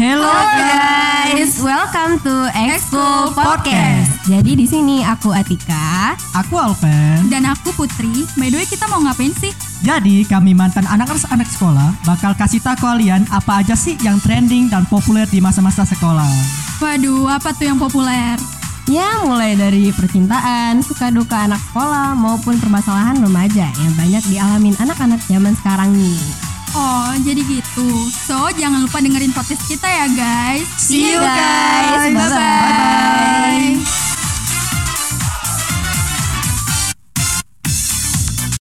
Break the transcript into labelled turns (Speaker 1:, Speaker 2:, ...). Speaker 1: Hello
Speaker 2: guys, welcome to Expo Podcast.
Speaker 1: Podcast.
Speaker 2: Jadi di sini aku Atika.
Speaker 1: aku Alven.
Speaker 3: Dan aku Putri. By the way kita mau ngapain sih?
Speaker 1: Jadi kami mantan anak ars anak sekolah bakal kasih tahu kalian apa aja sih yang trending dan populer di masa-masa sekolah.
Speaker 3: Waduh, apa tuh yang populer?
Speaker 2: Ya mulai dari percintaan, suka duka anak sekolah maupun permasalahan remaja yang banyak dialamin anak-anak zaman sekarang nih.
Speaker 3: Oh, jadi gitu. So, jangan lupa dengerin podcast kita ya, guys.
Speaker 2: See you, guys. Bye-bye.
Speaker 3: Bye-bye.